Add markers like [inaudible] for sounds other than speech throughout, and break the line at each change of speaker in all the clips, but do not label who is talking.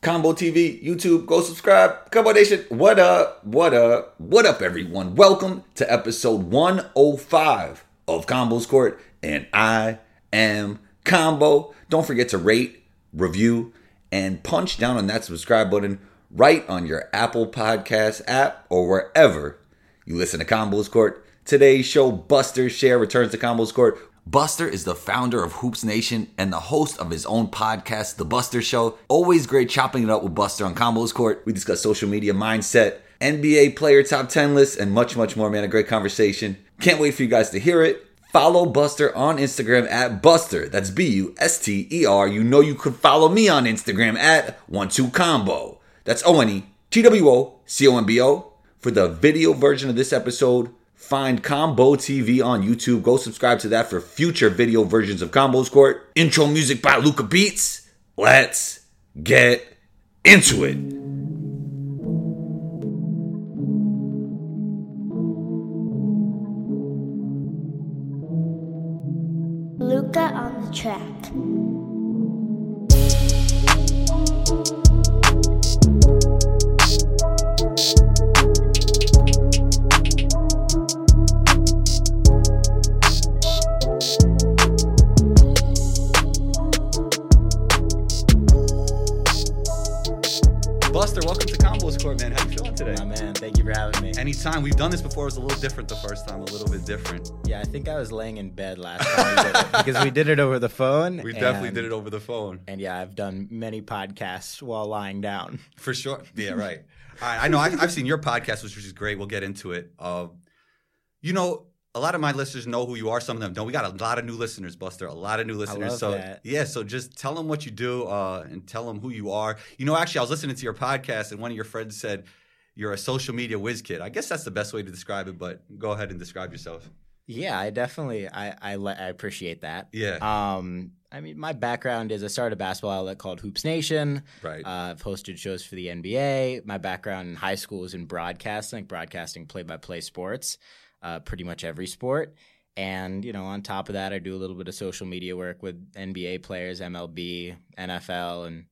Combo TV, YouTube. Go subscribe. Combo Nation. What up? What up? What up, everyone? Welcome to episode 105 of Combo's Court, and I am Combo. Don't forget to rate, review, and punch down on that subscribe button right on your Apple Podcast app or wherever you listen to Combos Court. Today's show, Buster Share, returns to Combos Court. Buster is the founder of Hoops Nation and the host of his own podcast, The Buster Show. Always great chopping it up with Buster on Combos Court. We discuss social media mindset, NBA player top 10 lists, and much, much more, man. A great conversation. Can't wait for you guys to hear it. Follow Buster on Instagram at Buster. That's B U S T E R. You know you could follow me on Instagram at 12combo. That's O N E T W O C O M B O. For the video version of this episode, find Combo TV on YouTube. Go subscribe to that for future video versions of Combos Court. Intro music by Luca Beats. Let's get into it.
Luca on the track.
Buster, welcome to Combos Court, man. How you feeling today?
My man, thank you for having me.
Anytime we've done this before, it was a little different the first time, a little bit different.
Yeah, I think I was laying in bed last time we
[laughs]
did it, because we did it over the phone.
We definitely did it over the phone.
And yeah, I've done many podcasts while lying down.
For sure. Yeah, right. All right. I know I've, I've seen your podcast, which is great. We'll get into it. Uh, you know, a lot of my listeners know who you are. Some of them don't. We got a lot of new listeners, Buster. A lot of new listeners.
love
so
that.
yeah, so just tell them what you do uh, and tell them who you are. You know, actually, I was listening to your podcast, and one of your friends said you're a social media whiz kid. I guess that's the best way to describe it. But go ahead and describe yourself.
Yeah, I definitely I I, le- I appreciate that.
Yeah,
Um, I mean, my background is I started a basketball outlet called Hoops Nation.
right.
Uh, I've hosted shows for the NBA. My background in high school is in broadcasting, like broadcasting play-by-play sports, uh, pretty much every sport. And you know, on top of that, I do a little bit of social media work with NBA players, MLB, NFL, and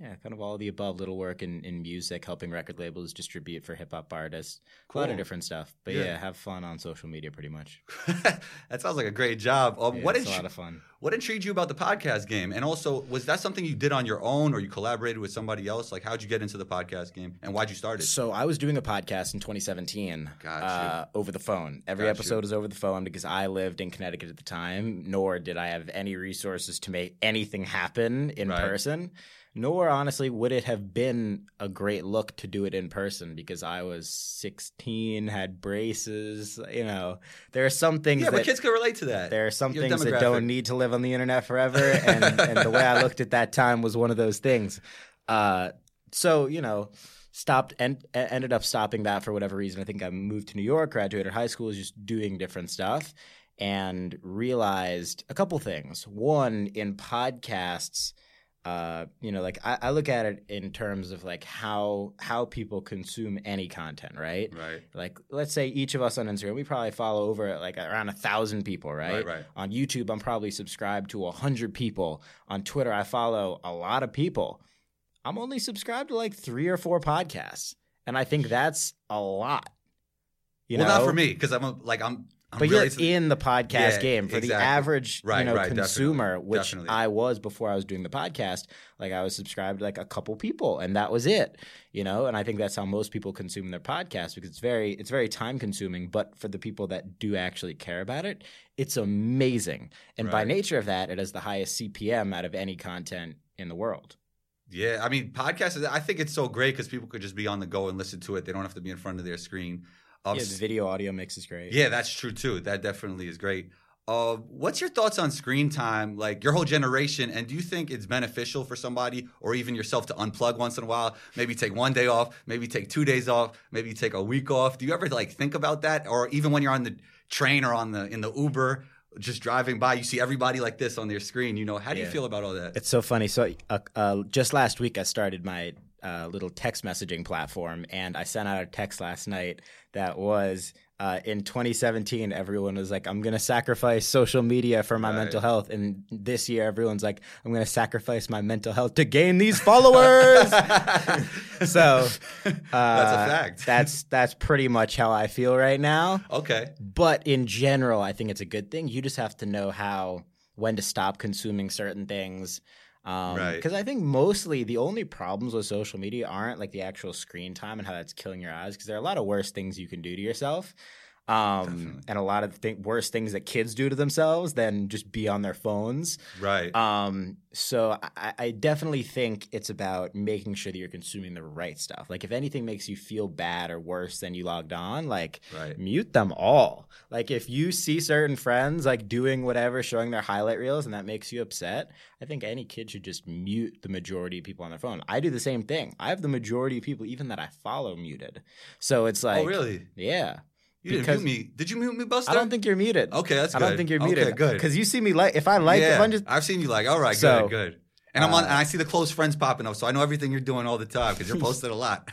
yeah, kind of all the above. Little work in, in music, helping record labels distribute for hip hop artists, a lot
Cool.
of different stuff. But
Yeah.
yeah. have fun on social media, pretty much.
[laughs] that sounds like a great job. Um,
Yeah,
what
it's
did
a
you,
lot of fun.
What intrigued you about the podcast game? And also, was that something you did on your own or you collaborated with somebody else? Like, how'd you get into the podcast game and why'd you start it?
So I was doing a podcast in 2017
Gotcha.
uh, over the phone. Every
Gotcha.
episode is over the phone because I lived in Connecticut at the time, nor did I have any resources to make anything happen in
Right.
person. Nor, honestly, would it have been a great look to do it in person because I was 16, had braces. You know, there are some things
yeah,
that
but kids can relate to that.
there are some
Your
things that
demographic.
don't need to live on the internet forever, and, and the way I looked at that time was one of those things. Uh, so you know, stopped and ended up stopping that for whatever reason. I think I moved to New York, graduated high school, was just doing different stuff, and realized a couple things. One, in podcasts. Uh, you know, like I, I look at it in terms of like how how people consume any content, right?
Right,
like let's say each of us on Instagram, we probably follow over like around a thousand people, right?
right, right.
On YouTube, I'm probably subscribed to a hundred people. On Twitter, I follow a lot of people. I'm only subscribed to like three or four podcasts, and I think that's a lot. You
well,
know,
not for me because I'm a, like, I'm, I'm
but
really.
you're in the podcast
Yeah,
game for
exactly.
the average
Right,
you know
right, definitely,
consumer, which
definitely.
I was before I was doing the podcast. Like I was subscribed to like a couple people, and that was it. You know, and I think that's how most people consume their podcast because it's very it's very time consuming. But for the people that do actually care about it, it's amazing. And by
Right.
nature of that, it has the highest CPM out of any content in the world.
yeah, I mean, podcasts, is- I think it's so great because people could just be on the go and listen to it. They don't have to be in front of their screen. Um,
Yeah, the video audio mix is great.
Yeah, that's true too. That definitely is great. Uh, what's your thoughts on screen time, like your whole generation, and do you think it's beneficial for somebody or even yourself to unplug once in a while? Maybe take one day off, maybe take two days off, maybe take a week off. Do you ever like think about that, or even when you're on the train or on the in the Uber, just driving by, you see everybody like this on their screen? You know, how do you
Yeah.
feel about all that?
It's so funny. So, uh, uh, just last week, I started my uh, little text messaging platform, and I sent out a text last night that was Uh, in 2017, everyone was like, I'm going to sacrifice social media for my
Right.
mental health. And this year, everyone's like, I'm going to sacrifice my mental health to gain these
[laughs]
followers. so uh,
fact.
that's, that's pretty much how I feel right now.
okay.
But in general, I think it's a good thing. You just have to know how when to stop consuming certain things. Um,
Right.
Because I think mostly the only problems with social media aren't like the actual screen time and how that's killing your eyes. Because there are a lot of worse things you can do to yourself, um, and a lot of th- worse things that kids do to themselves than just be on their phones.
Right.
Oh,
Um, so I, I definitely think it's about making sure that you're consuming the right stuff. Like if anything makes you feel bad or worse than you logged on, like
Right.
mute them all. Like if you see certain friends like doing whatever, showing their highlight reels, and that makes you upset, I think any kid should just mute the majority of people on their phone. I do the same thing. I have the majority of people, even that I follow, muted. So it's like,
oh, really?
Yeah,
You didn't
because-
mute me. Did you mute me, Buster?
I don't think you're muted.
Okay, that's
I
good.
don't think you're
Okay,
muted.
good.
Because you see me like if I like a bunch of
I've seen you like, all right,
So,
good, good. And I'm on,
uh,
and I see the close friends popping up, so I know everything you're doing all the time because
[laughs]
you're posted a lot.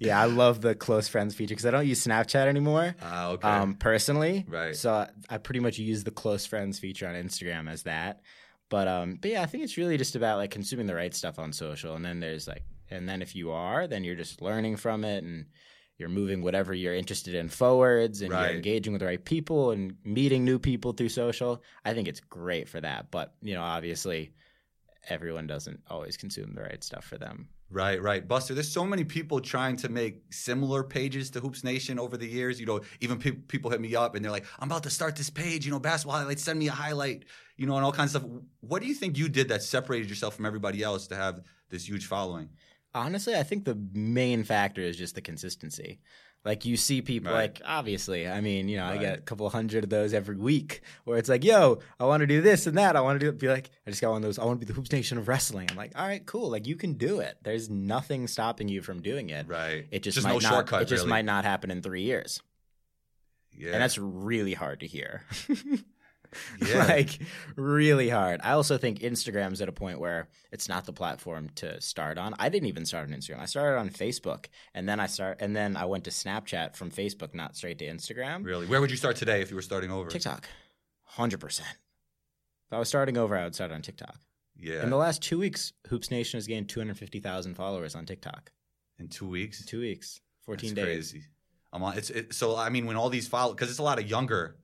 Yeah, I love the close friends feature because I don't use Snapchat anymore.
Ah, okay.
Um, personally,
Right.
So I, I pretty much use the close friends feature on Instagram as that. But um, but yeah, I think it's really just about like consuming the right stuff on social, and then there's like, and then if you are, then you're just learning from it, and you're moving whatever you're interested in forwards, and
Right.
you're engaging with the right people, and meeting new people through social. I think it's great for that. But you know, obviously, everyone doesn't always consume the right stuff for them.
Right, right. Buster, there's so many people trying to make similar pages to Hoops Nation over the years. You know, even pe- people hit me up and they're like, I'm about to start this page, you know, basketball highlights, send me a highlight, you know, and all kinds of stuff. What do you think you did that separated yourself from everybody else to have this huge following?
Honestly, I think the main factor is just the consistency. Like you see people
Right.
like obviously, I mean, you know, I
Right.
get a couple hundred of those every week where it's like, yo, I want to do this and that. I want to do be like, I just got one of those, I want to be the hoops nation of wrestling. I'm like, all right, cool. Like you can do it. There's nothing stopping you from doing it.
Right.
It just,
Just
might
no
not
shortcut,
it just
really.
might not happen in three years.
Yeah.
And that's really hard to hear. [laughs]
yeah.
like really hard. I also think Instagram's at a point where it's not the platform to start on. I didn't even start on Instagram. I started on Facebook and then I start and then I went to Snapchat from Facebook, not straight to Instagram.
really. Where would you start today if you were starting over?
TikTok. Hundred percent. If I was starting over, I would start on TikTok.
Yeah.
In the last two weeks, Hoops Nation has gained two hundred fifty thousand followers on TikTok.
In two weeks?
Two weeks. Fourteen
That's
days.
Crazy. I'm on, it's it, so I mean when all these follow because it's a lot of younger.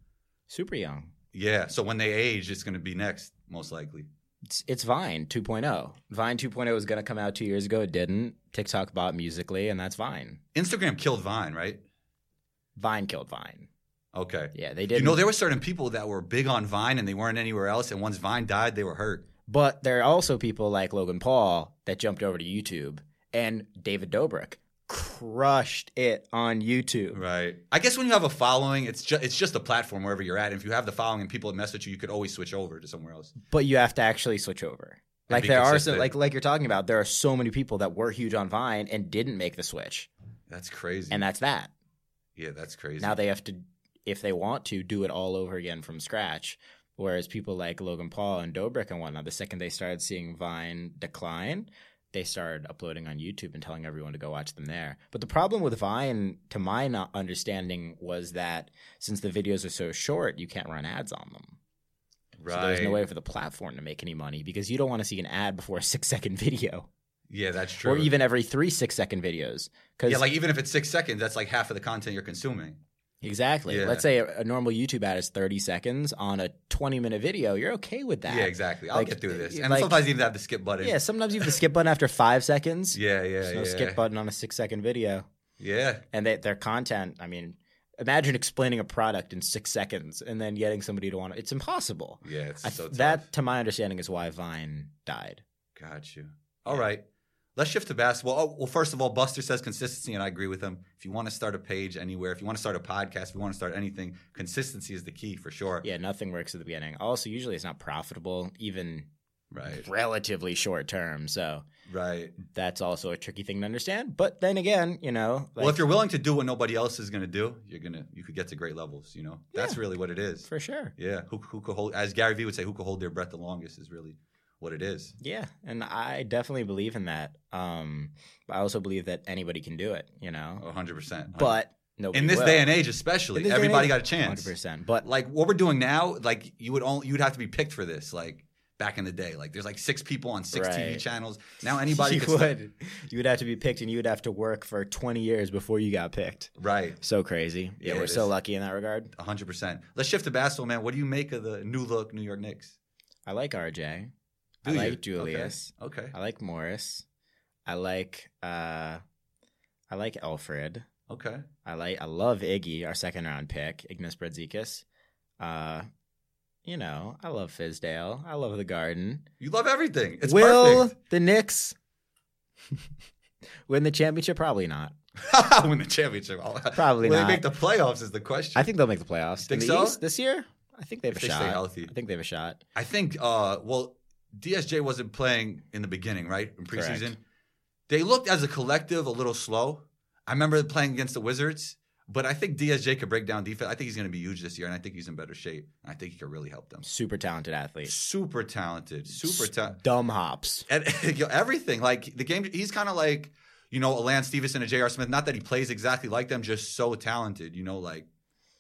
Super young.
Yeah. So when they age, it's going to be next most likely.
it's, it's Vine 2.0. Vine 2.0 was going to come out two years ago. It didn't. TikTok bought Musically, and that's Vine.
Instagram killed Vine, right?
Vine killed Vine.
Okay.
Yeah, they did.
You know, there were certain people that were big on Vine and they weren't anywhere else. And once Vine died, they were hurt.
but there are also people like Logan Paul that jumped over to YouTube, and David Dobrik crushed it on YouTube.
Right. I guess when you have a following, it's just it's just a platform wherever you're at. And if you have the following and people message you, you could always switch over to somewhere else.
But you have to actually switch over.
And
Like
be
there are
consistent.
so like like you're talking about, there are so many people that were huge on Vine and didn't make the switch,
That's crazy.
and that's that.
yeah, that's crazy.
Now they have to, if they want to, do it all over again from scratch. Whereas people like Logan Paul and Dobrik and whatnot, the second they started seeing Vine decline, they started uploading on YouTube and telling everyone to go watch them there. But the problem with Vine, to my not understanding, was that since the videos are so short, you can't run ads on them.
right.
So there's no way for the platform to make any money because you don't want to see an ad before a [laughs] six second video
yeah, that's true.
or even every three six second videos. Because
yeah, like even if it's six seconds, that's like half of the content you're consuming.
Exactly.
Yeah.
Let's say a, a normal YouTube ad is 30 seconds on a 20 minute video. You're okay with that.
Yeah, exactly. I'll
Like,
get through this.
y-
And
like-
sometimes you even have the skip button.
Yeah, sometimes you have the skip button after five seconds.
Yeah, yeah,
There's no
yeah.
skip button on a six second video.
Yeah.
And they, their content, I mean, imagine explaining a product in six seconds and then getting somebody to want it. It's impossible.
Yeah, it's
I-
so tough.
that, to my understanding, is why Vine died.
Got you. All right. Let's shift to basketball. Oh, well, first of all, Buster says consistency, and I agree with him. If you want to start a page anywhere, if you want to start a podcast, if you want to start anything, consistency is the key for sure.
Yeah, nothing works at the beginning. Also, usually it's not profitable, even
Right.
relatively short term. So
Right.
that's also a tricky thing to understand. But then again, you know.
well,
like-
if you're willing to do what nobody else is going to do, you're gonna you could get to great levels. You know, that's really what it is.
For sure.
Yeah. Who who could hold? As Gary Vee would say, who could hold their breath the longest is really what it is.
Yeah, and I definitely believe in that. Um, but I also believe that anybody can do it, you know.
100. percent
But Nobody
in this
will.
day and age, especially,
In this day and
everybody
age,
got a chance.
100%. But
Like what we're doing now, like you would only you'd have to be picked for this. Like back in the day, like there's like six people on six TV
Right.
channels. Now anybody
[laughs] you
could st-
would. You would have to be picked, and you would have to work for 20 years before you got picked.
right.
So crazy.
Yeah,
Yeah, we're
it
so
is.
lucky in that regard.
100%. Let's shift to basketball, man. What do you make of the new look New York Knicks?
I like RJ.
Do
I
you?
like Julius.
Okay.
I like Morris. I like uh, I like Alfred.
Okay.
I like I love Iggy, our second round pick, Ignis Bredzikis. Uh, you know, I love Fizdale. I love the Garden.
You love everything. It's
Will
perfect.
the Knicks [laughs] win the championship? Probably not.
[laughs] Win the championship.
Probably
Will
not.
they make the playoffs is the question.
I think they'll make the playoffs.
Think
In the
so?
East this year? I think they have
If
a
they stay
shot.
healthy.
I think they have a shot.
I think uh well DSJ wasn't playing in the beginning, right? In preseason.
Correct.
They looked as a collective a little slow. I remember playing against the Wizards, but I think DSJ could break down defense. I think he's going to be huge this year and I think he's in better shape. I think he could really help them.
Super talented athlete.
Super talented, super talented.
Dumb hops.
[laughs] everything like the game he's kind of like, you know, a Lance Stevenson and J.R. Smith, not that he plays exactly like them, just so talented, you know, like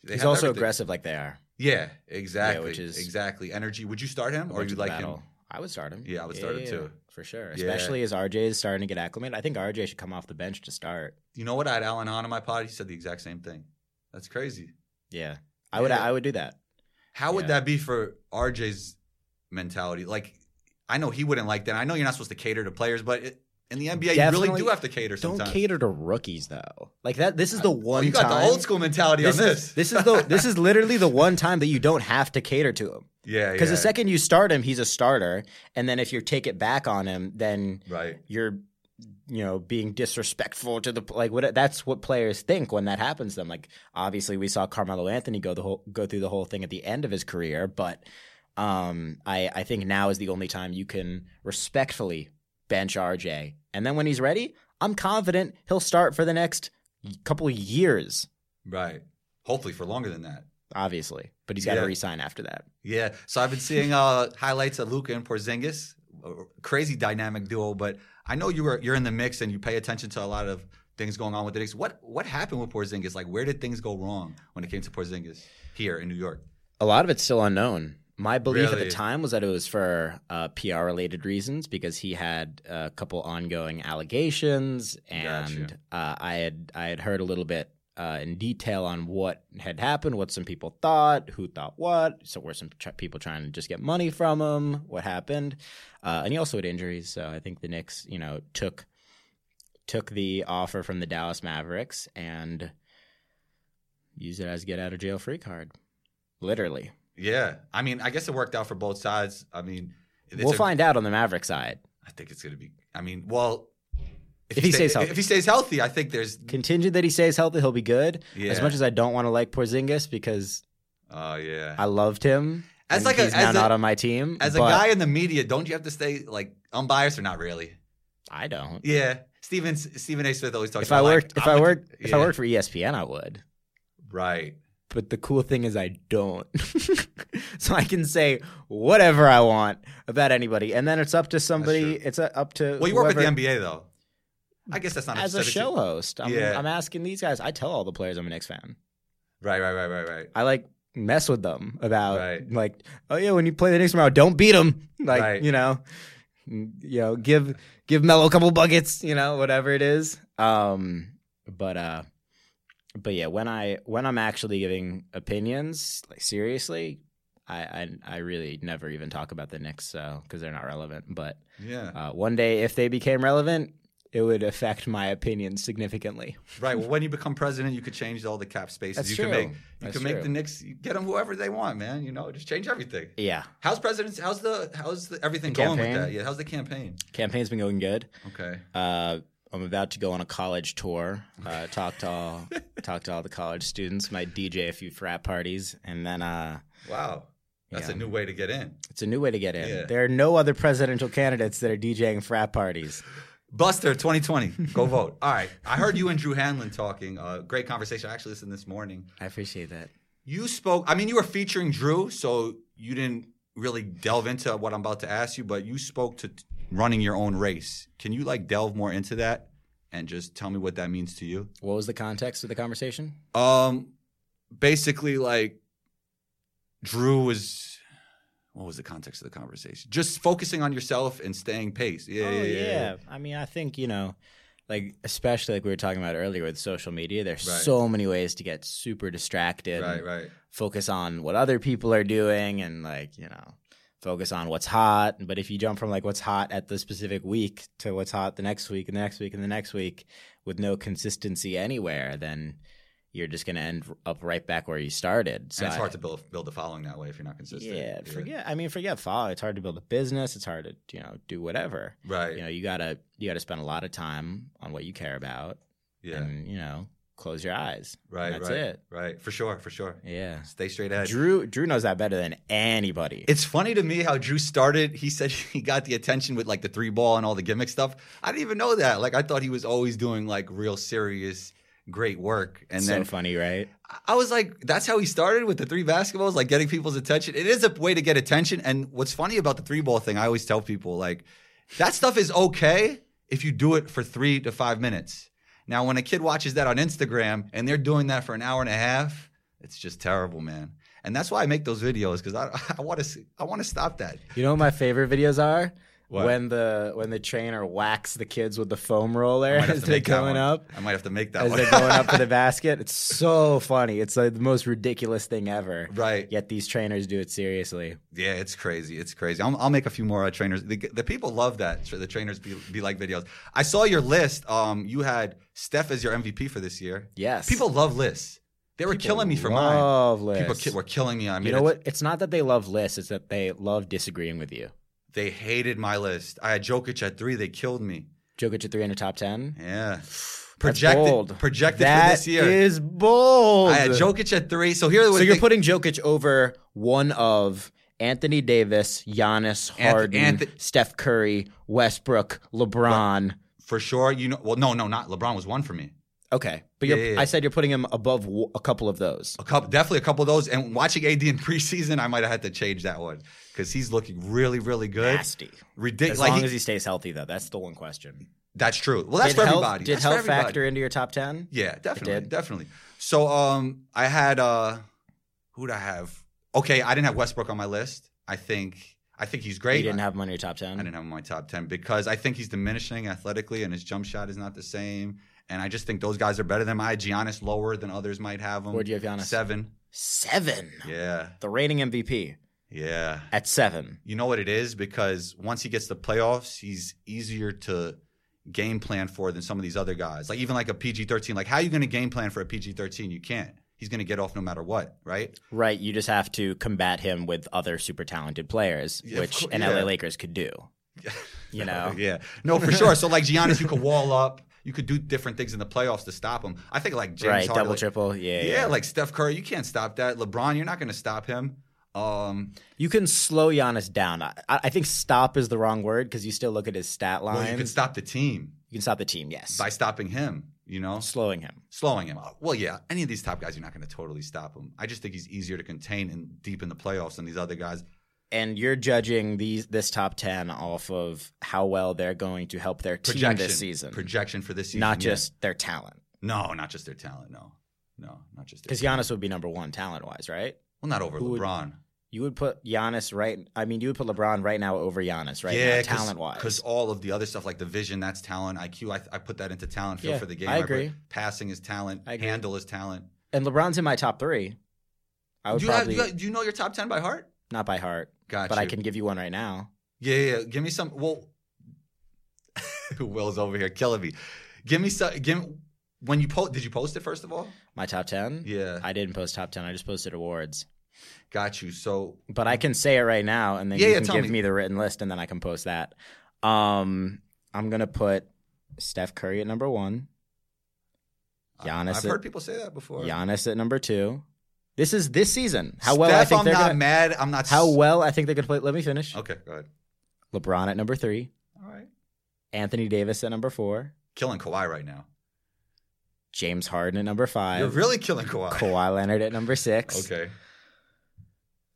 they
He's
have
also
everything.
aggressive like they are.
Yeah, exactly.
which is-
exactly energy. Would you start him or
Going
you
to the
like
battle.
him?
I would start him.
Yeah, I would start him too.
For sure.
Yeah.
Especially as RJ is starting to get acclimated. I think RJ should come off the bench to start.
You know what? I had Alan Hahn on my pod. He said the exact same thing. That's crazy.
Yeah. I would
Yeah.
I would do that.
How would
Yeah.
that be for RJ's mentality? Like, I know he wouldn't like that. I know you're not supposed to cater to players, but it, in the NBA, you
Definitely
really do have to cater sometimes.
Don't cater to rookies though. Like that this is the
Well,
one
you got
time
the old school mentality
this
on
is,
this.
this is the this is literally the one time that you don't have to cater to him.
[laughs] yeah,
Because
yeah.
the second you start him, he's a starter. And then if you take it back on him, then
right.
you're you know being disrespectful to the like what that's what players think when that happens to them like obviously we saw Carmelo Anthony go the whole go through the whole thing at the end of his career but um I I think now is the only time you can respectfully bench RJ and then when he's ready I'm confident he'll start for the next couple of years
Right. Hopefully for longer than that.
obviously but he's got to
Yeah.
resign after that
Yeah. So I've been seeing uh, highlights of Luca and Porzingis, Uh, crazy dynamic duo. But I know you were you're in the mix and you pay attention to a lot of things going on with the Knicks. What what happened with Porzingis? Like, where did things go wrong when it came to Porzingis here in New York?
A lot of it's still unknown. My belief at
Really?
the time was that it was for uh, PR related reasons because he had a couple ongoing allegations, and uh, I had I had heard a little bit uh, in detail on what had happened, what some people thought, who thought what. So were some tr- people trying to just get money from him? What happened? Uh, and he also had injuries, so I think the Knicks, you know, took took the offer from the Dallas Mavericks and used it as a get out of jail free card, literally.
Yeah. I mean, I guess it worked out for both sides. I mean, it's
we'll
a-
find out on the Maverick side.
I think it's going to be. I mean, well,
If
stay-
he stays healthy.
if he stays healthy, I think there's.
Contingent that he stays healthy, he'll be good.
Yeah.
As much as I don't want to like Porzingis because
Oh yeah.
I loved him,
As
and
like a-
he's now
as a-
not on my team.
As a
but
guy in the media, don't you have to stay like unbiased or not really?
I don't.
Yeah. Steven Stephen A. Smith always talks.
If
about
I
like,
worked, if
I'm
I
a-
worked, if I
Yeah.
worked for E ESPN, I would.
Right.
But the cool thing is, I don't. [laughs] so I can say whatever I want about anybody, and then it's up to somebody.
true.
It's uh, up to
Well, you work with the
whoever-
NBA though. I guess that's not
as a
substitute.
show host. I'm,
Yeah.
I'm asking these guys. I tell all the players I'm a Knicks fan.
Right, right, right, right, right.
I like mess with them about
Right.
like, oh yeah, when you play the Knicks tomorrow, don't beat them. Like
Right.
you know, Mm, you know, give give Melo a couple buckets. You know, whatever it is. Um, but uh, but yeah, when I when I'm actually giving opinions, like seriously. I, I, I really never even talk about the Knicks so because they're not relevant. But
Yeah.
uh, one day, if they became relevant, it would affect my opinion significantly.
Right. Well, when you become president, you could change all the cap spaces.
That's
you
true.
can make you
That's
can make
true.
the Knicks you get them whoever they want, man. You know, just change everything.
Yeah,
How's presidents? How's the how's the, everything going with
campaign?
that? Yeah. How's the campaign?
campaign's been going good.
Okay.
Uh, I'm about to go on a college tour. Uh, talk to all, [laughs] talk to all the college students. Might DJ a few frat parties, and then uh,
Wow. That's
Yeah.
a new way to get in.
it's a new way to get in.
Yeah.
There are no other presidential candidates that are DJing frat parties.
Buster 2020. Go vote. All right. I heard you and Drew Hanlon talking. Uh, great conversation. I actually listened this morning.
I appreciate that.
You spoke. I mean, you were featuring Drew, so you didn't really delve into what I'm about to ask you. But you spoke to t- running your own race. Can you like delve more into that? and just tell me what that means to you.
What was the context of the conversation?
Um, basically, like Drew was. What was the context of the conversation? Just focusing on yourself and staying pace. Yeah,
oh
yeah, yeah, yeah.
yeah. I mean, I think you know, like especially like we were talking about earlier with social media. There's so many ways to get super distracted.
Right,
and
right.
Focus on what other people are doing, and like you know, focus on what's hot. But if you jump from like what's hot at the specific week to what's hot the next week and the next week and the next week with no consistency anywhere, then you're just gonna end up right back where you started. So
and it's
I-
hard to build build a following that way if you're not consistent.
yeah, forget. I mean, forget follow. It's hard to build a business. It's hard to you know do whatever.
Right.
You know, you gotta you gotta spend a lot of time on what you care about,
yeah.
and you know, close your eyes. and
right.
That's
right.
it.
Right. For sure. For sure.
Yeah.
Stay straight edge.
Drew Drew knows that better than anybody.
It's funny to me how Drew started. He said [laughs] he got the attention with like the three ball and all the gimmick stuff. I didn't even know that. Like I thought he was always doing like real serious, great work. And
so
then
funny,
I-
right?
I was like, that's how he started with the three basketballs, like getting people's attention. It is a way to get attention. And what's funny about the three ball thing, I always tell people like that stuff is okay if you do it for three to five minutes. Now, when a kid watches that on Instagram and they're doing that for an hour and a half, it's just terrible, man. And that's why I make those videos because I, [laughs] I want to I want to stop that.
You know what my favorite videos are?
What?
When the when the trainer whacks the kids with the foam roller
I might have
as
to
they're
make that
going
one.
up.
I might have to make that
As
one.
they're going up to the basket. It's so funny. It's like the most ridiculous thing ever.
[laughs] right.
Yet these trainers do it seriously.
Yeah, it's crazy. It's crazy. I'll, I'll make a few more uh, trainers. The, the people love that. The trainers be, be like videos. I saw your list. Um, you had Steph as your MVP for this year.
Yes.
People love lists. They were killing me for mine.
Love
People
lists.
ki- were killing me. I mean,
you know what? It's not that they love lists; it's that they love disagreeing with you.
They hated my list. I had Jokic at three. They killed me.
Jokic at three under top ten.
Yeah. Projected.
bold.
Projected
That
for this year.
is bold.
I had Jokic at three. So here was
So you're putting Jokic over one of Anthony Davis, Giannis,
Anth-
Harden,
Anth-
Steph Curry, Westbrook, LeBron.
for sure. You know. Well, no, no, not LeBron was one for me.
Okay, but
Yeah,
you're,
yeah, yeah.
I said you're putting him above w- a couple of those.
A couple, definitely a couple of those. And watching AD in [laughs] preseason, I might have had to change that one because he's looking really, really good.
Nasty.
Ridiculous.
As
Like
long
he-
as he stays healthy, though, that's the one question.
that's true. Well, that's
did
for
health,
everybody.
Did
That's for
health
everybody.
factor into your top ten?
Yeah, definitely,
did.
definitely. So, um, I had uh, who'd I have? Okay, I didn't have Westbrook on my list. I think I think he's great.
You didn't have him on your top ten.
I didn't have him in my top ten because I think he's diminishing athletically, and his jump shot is not the same. And I just think those guys are better than him. I had Giannis lower than others might have him.
Where'd you have Giannis?
Seven.
Seven.
Yeah,
The reigning MVP
yeah.
at seven.
you know what it is because once he gets the playoffs, he's easier to game plan for than some of these other guys. Like even like a PG thirteen. Like how are you going to game plan for a PG thirteen? You can't. He's going to get off no matter what, right?
Right. You just have to combat him with other super talented players,
Yeah, of
which
cour-
an
yeah.
LA Lakers
[laughs]
could do. You know?
yeah, no, for sure. So like Giannis, you could wall up. You could do different things in the playoffs to stop him. I think like James
right.
Harden,
Double,
like-
triple. Yeah.
yeah, like Steph Curry, you can't stop that. LeBron, you're not going to stop him. Um,
you can slow Giannis down. I, I I think stop is the wrong word because you still look at his stat line.
well, you could stop the team
stop the team, yes.
by stopping him. You know,
slowing him.
slowing him. up. Well, yeah, any of these top guys, you're not going to totally stop him. I just think he's easier to contain and deep in the playoffs than these other guys.
And you're judging these this top 10 off of how well they're going to help their team
Projection
this season,
projection for this season,
not
yeah.
just their talent.
no, not just their talent. No, no, not just their
Because
talent.
Giannis would be number one talent wise, right?
Well, not over
who would-
LeBron.
You would put Giannis right. I mean, you would put LeBron right now over Giannis right now, talent
because
wise.
all of the other stuff like the vision, that's talent. IQ, I, I put that into talent. Feel
Yeah,
for the game.
I
put
agree.
passing is talent.
I agree.
Handle is talent.
And LeBron's in my top three. I would
do, you have-
probably
do you do you know your top ten by heart?
not by heart,
Got
but I
you.
can give you one right now.
Yeah, yeah, yeah. Give me some. Well, [laughs] Will's over here killing me. Give me some. Give when you post. Did you post it first of all?
My top ten.
Yeah,
I didn't post top ten. I just posted awards.
got you. So
But I can say it right now, and then
Yeah,
you
yeah,
can
tell
give
me.
me. the written list, and then I can post that. Um, I'm gonna put Steph Curry at number one,
I-
Giannis
I've
it-
heard people say that before.
Giannis at number two. This is this season. How well
Steph,
I think
I'm
they're
not
gonna,
mad. I'm not. s-
how well I think they're gonna play. Let me finish.
Okay, go ahead.
LeBron at number three,
All right.
Anthony Davis at number four,
Killing Kawhi right now.
James Harden at number
You're
five,
really killing Kawhi.
Kawhi Leonard at number six.
Okay.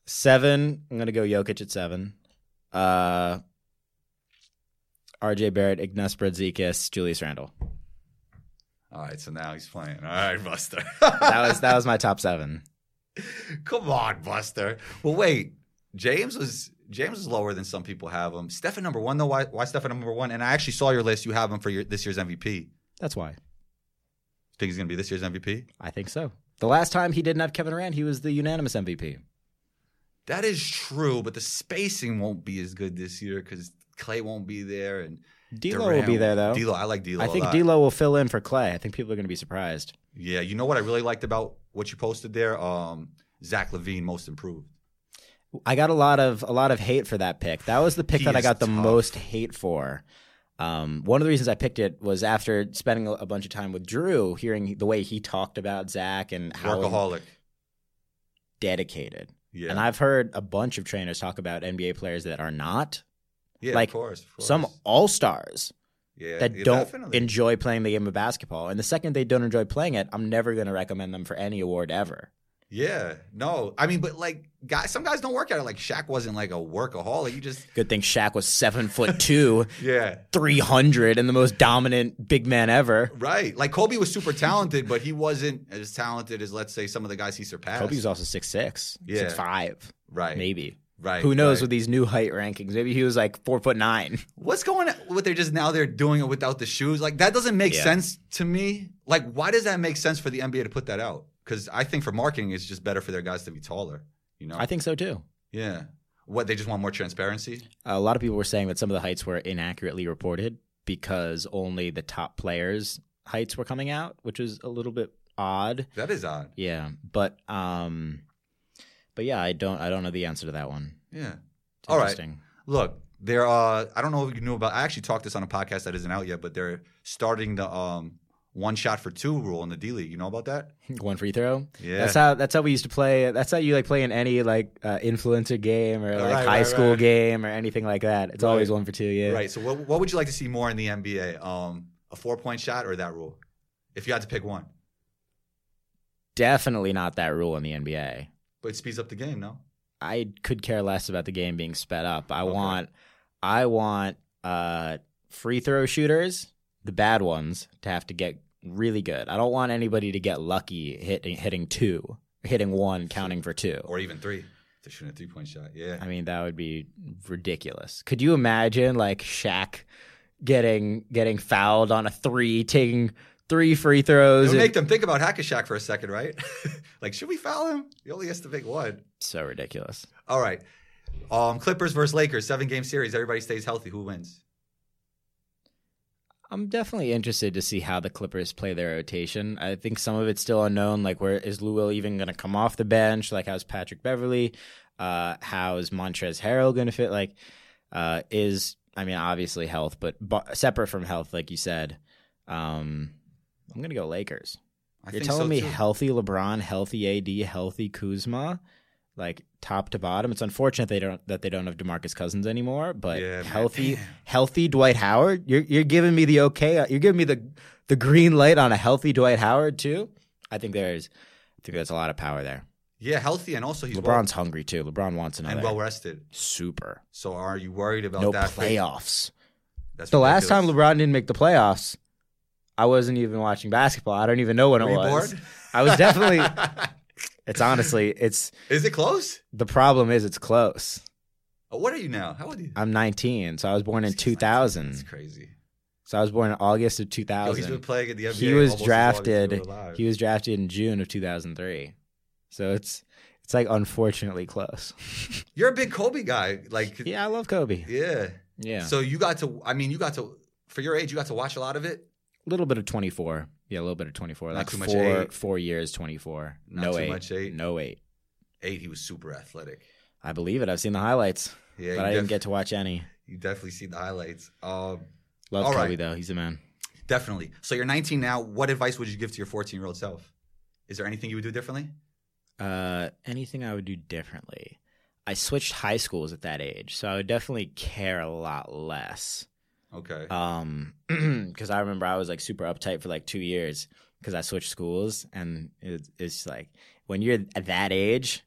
Seven, I'm gonna go Jokic at seven. Uh RJ Barrett, Ignaz Bredzikis, Julius Randle.
All right, so now he's playing. All right, Buster.
That was that was my top seven.
[laughs] Come on, Buster. Well, wait. James was James is lower than some people have him. Stefan number one though. Why, why Stefan number one? And I actually saw your list. You have him for your, this year's MVP.
That's why
Think he's gonna be this year's MVP?
I think so. The last time he didn't have Kevin Durant, he was the unanimous MVP.
That is true, but the spacing won't be as good this year because Clay won't be there and
D'Lo will be there though.
D'Lo, I like D'Lo.
I
a
think
lot.
D'Lo will fill in for Clay. I think people are going to be surprised.
Yeah, you know what I really liked about what you posted there? Um, Zach Levine, most improved.
I got a lot of a lot of hate for that pick. That was the pick
He
that I
is
got the
tough.
most hate for. Um, one of the reasons I picked it was after spending a, a bunch of time with Drew, hearing the way he talked about Zach and how
Workaholic.
dedicated.
Yeah.
And I've heard a bunch of trainers talk about NBA players that are not
yeah,
like,
of course, of course.
some all stars
yeah,
that
yeah,
don't
definitely.
enjoy playing the game of basketball. And the second they don't enjoy playing it, I'm never going to recommend them for any award ever.
Yeah, no, I mean, but like guys, some guys don't work at it. Like Shaq wasn't like a workaholic. You just
Good thing Shaq was seven foot two,
[laughs] yeah,
300, and the most dominant big man ever.
right. Like Kobe was super talented, but he wasn't as talented as let's say some of the guys he surpassed.
Kobe's also six six,
Yeah.
six five,
right,
maybe.
right.
Who knows
right.
with these new height rankings? Maybe he was like four foot nine.
What's going on with they're just now they're doing it without the shoes? Like that doesn't make
Yeah.
sense to me. Like why does that make sense for the NBA to put that out? Because I think for marketing, it's just better for their guys to be taller. You know?
I think so too.
yeah. What they just want more transparency.
A lot of people were saying that some of the heights were inaccurately reported because only the top players' heights were coming out, which is a little bit odd.
That is odd.
Yeah, but um, but yeah, I don't I don't know the answer to that one.
Yeah.
It's
All right.
interesting. [laughs]
Look, there are. I don't know if you knew about. I actually talked this on a podcast that isn't out yet, but they're starting the um one shot for two rule in the D League. You know about that?
One free throw.
Yeah.
That's how that's how we used to play. That's how you like play in any like uh, influencer game or like
Right,
high
right,
school
right.
game or anything like that. It's always
Right.
one for two. Yeah.
Right. So what what would you like to see more in the NBA? Um, a four point shot or that rule? If you had to pick one,
Definitely not that rule in the NBA.
but it speeds up the game. No.
I could care less about the game being sped up. I
Okay.
want I want uh free throw shooters, the bad ones, to have to get really good. I don't want anybody to get lucky hitting hitting two, hitting one, counting for two.
Or even three. They're shooting a three point shot. Yeah.
I mean, that would be ridiculous. Could you imagine like Shaq getting getting fouled on a three, taking three free
It
throws?
would
and-
make them think about Hackashack for a second, right? [laughs] like, should we foul him? He only has to make one.
so ridiculous.
All right. Um, Clippers versus Lakers, seven game series. Everybody stays healthy. Who wins?
I'm definitely interested to see how the Clippers play their rotation. I think some of it's still unknown. Like, where is Lou Will even going to come off the bench? Like, how's Patrick Beverly? Uh, how's Montrez Harrell going to fit? Like, uh, is I mean, obviously health, but bu- separate from health, like you said, um, I'm going to go Lakers.
I
You're
think
telling
so,
me
too.
healthy LeBron, healthy AD, healthy Kuzma, like top to bottom. It's unfortunate they don't that they don't have Demarcus Cousins anymore, but
Yeah, man.
healthy,
Damn.
healthy Dwight Howard. You're you're giving me the okay. uh, You're giving me the the green light on a healthy Dwight Howard too. I think there's, I think there's a lot of power there.
Yeah, healthy, and also he's
LeBron's hungry too. LeBron wants
well,
another
and well rested.
super.
So are you worried about
No
that?
playoffs.
That's
The last time
ridiculous.
LeBron didn't make the playoffs, I wasn't even watching basketball. I don't even know when it
Were you
was.
bored?
I was definitely. it's honestly, it's
[laughs] Is it close?
The problem is it's close.
Oh, What are you now? How old are you?
I'm 19, so I was born in
This kid's like- That's
2000.
crazy.
So I was born in August of
Yo, he's been
2000.
playing at the NBA.
He was
almost as long as you were
drafted.
alive.
He was drafted in June of 2003. So it's it's like unfortunately close. [laughs]
You're a big Kobe guy. Like, yeah.
Yeah, I love Kobe. Yeah,
So you got to. I mean, you got to. For your age, you got to watch a lot of it.
a little bit of 24. Yeah, a little bit of 24.
Not
like
too much
four
eight.
four years 24.
Not
no
too
eight.
much eight.
No eight.
Eight, he was super athletic.
I believe it. I've seen the highlights,
Yeah, you
but I didn't
def-
get to watch any.
You definitely see the highlights. Um,
Love
All
Kobe
right.
though. He's a man.
definitely. So you're 19 now. What advice would you give to your 14 year old self? Is there anything you would do differently?
Uh, anything I would do differently? I switched high schools at that age, so I would definitely care a lot less.
Okay.
Um, [clears throat] because I remember I was like super uptight for like two years because I switched schools, and it, it's like when you're at that age,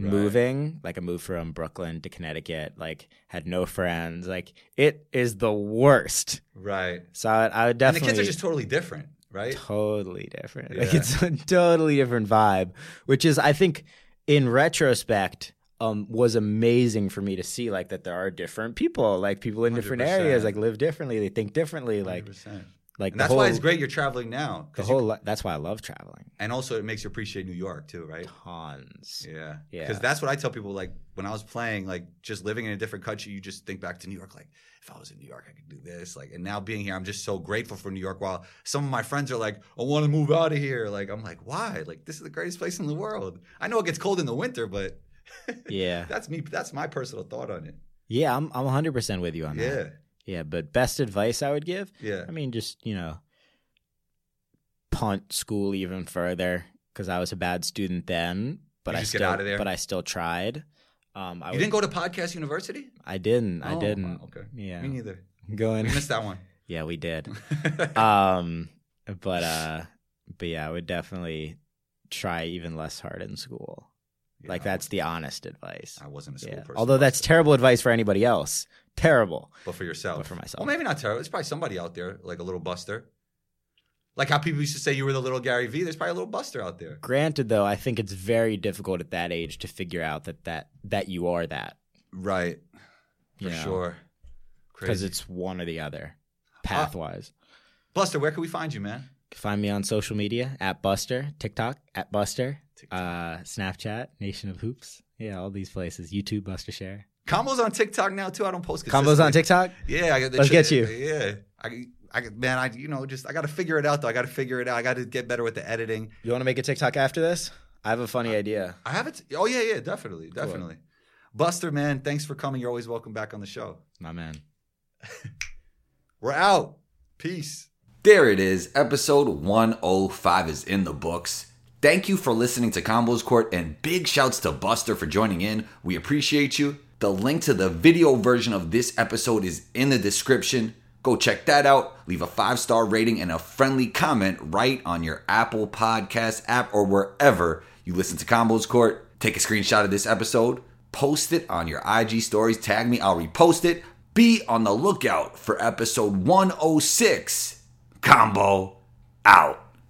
Right.
moving like I moved from Brooklyn to Connecticut, like had no friends, like it is the worst.
right.
So I, would- I would
And the
definitely
kids are just totally different, right?
totally different. Like
Yeah.
it's a totally different vibe, which is I think in retrospect um was amazing for me to see like that there are different people, like people in different areas
100%.
like live differently, they think differently, like
100%.
like
And
the
that's
whole,
why it's great you're traveling now.
The
'cause you-
whole li- that's why I love traveling.
and also it makes you appreciate New York too, right?
Tons.
Yeah.
Yeah.
Because that's what I tell people. Like when I was playing, like just living in a different country, you just think back to New York. Like if I was in New York, I could do this. Like and now being here, I'm just so grateful for New York. While some of my friends are like, I want to move out of here. Like I'm like, why? Like this is the greatest place in the world. I know it gets cold in the winter, but
Yeah.
that's me. That's my personal thought on it.
Yeah, I'm I'm 100% with you on that.
Yeah.
Yeah, but best advice I would give
Yeah.
I mean, just you know, punt school even further because I was a bad student then. But
You
I
just
still,
get out of there?
but I still tried. Um, I
You
would-
didn't go to podcast university?
I didn't. I
Oh,
didn't.
wow, okay.
Yeah,
Me
[laughs]
neither.
going.
We missed that one.
yeah,
[laughs]
we did. um, but uh, but yeah, I would definitely try even less hard in school.
[laughs] Yeah,
like
I
that's
wasn't-
the honest advice.
I wasn't a school
Yeah.
person.
Although that's
myself.
terrible advice for anybody else. Terrible.
But for yourself.
But for myself.
Well, maybe not terrible. It's probably somebody out there, like a little buster. Like how people used to say you were the little Gary Vee. There's probably a little buster out there.
Granted, though, I think it's very difficult at that age to figure out that that that you are that.
Right. For
you know?
sure.
because
Crazy. Uh,
it's one or the other path wise.
buster, where can we find you, man?
Find me on social media at Buster, TikTok at Buster,
TikTok.
uh, Snapchat, Nation of Hoops. Yeah, all these places. YouTube, Buster Share.
Combos on TikTok now too. I don't post
Combos
consistently.
on TikTok?
Yeah, I got the
Let's
tri-
get you.
Yeah, I, I, man, I, you know, just I got to figure it out though. I got to figure it out. I got to get better with the editing.
You want to make a TikTok after this? I have a
Uh,
funny idea.
I have it. Oh yeah, yeah, definitely, definitely. Buster, man, thanks for coming. You're always welcome back on the show.
My man.
We're out. Peace.
There it is. Episode 105 is in the books. Thank you for listening to Combos Court and big shouts to Buster for joining in. We appreciate you. The link to the video version of this episode is in the description. Go check that out. Leave a five star rating and a friendly comment right on your Apple Podcast app or wherever you listen to Combos Court. Take a screenshot of this episode, post it on your IG stories, tag me, I'll repost it. Be oh on the lookout for episode 106 combo out.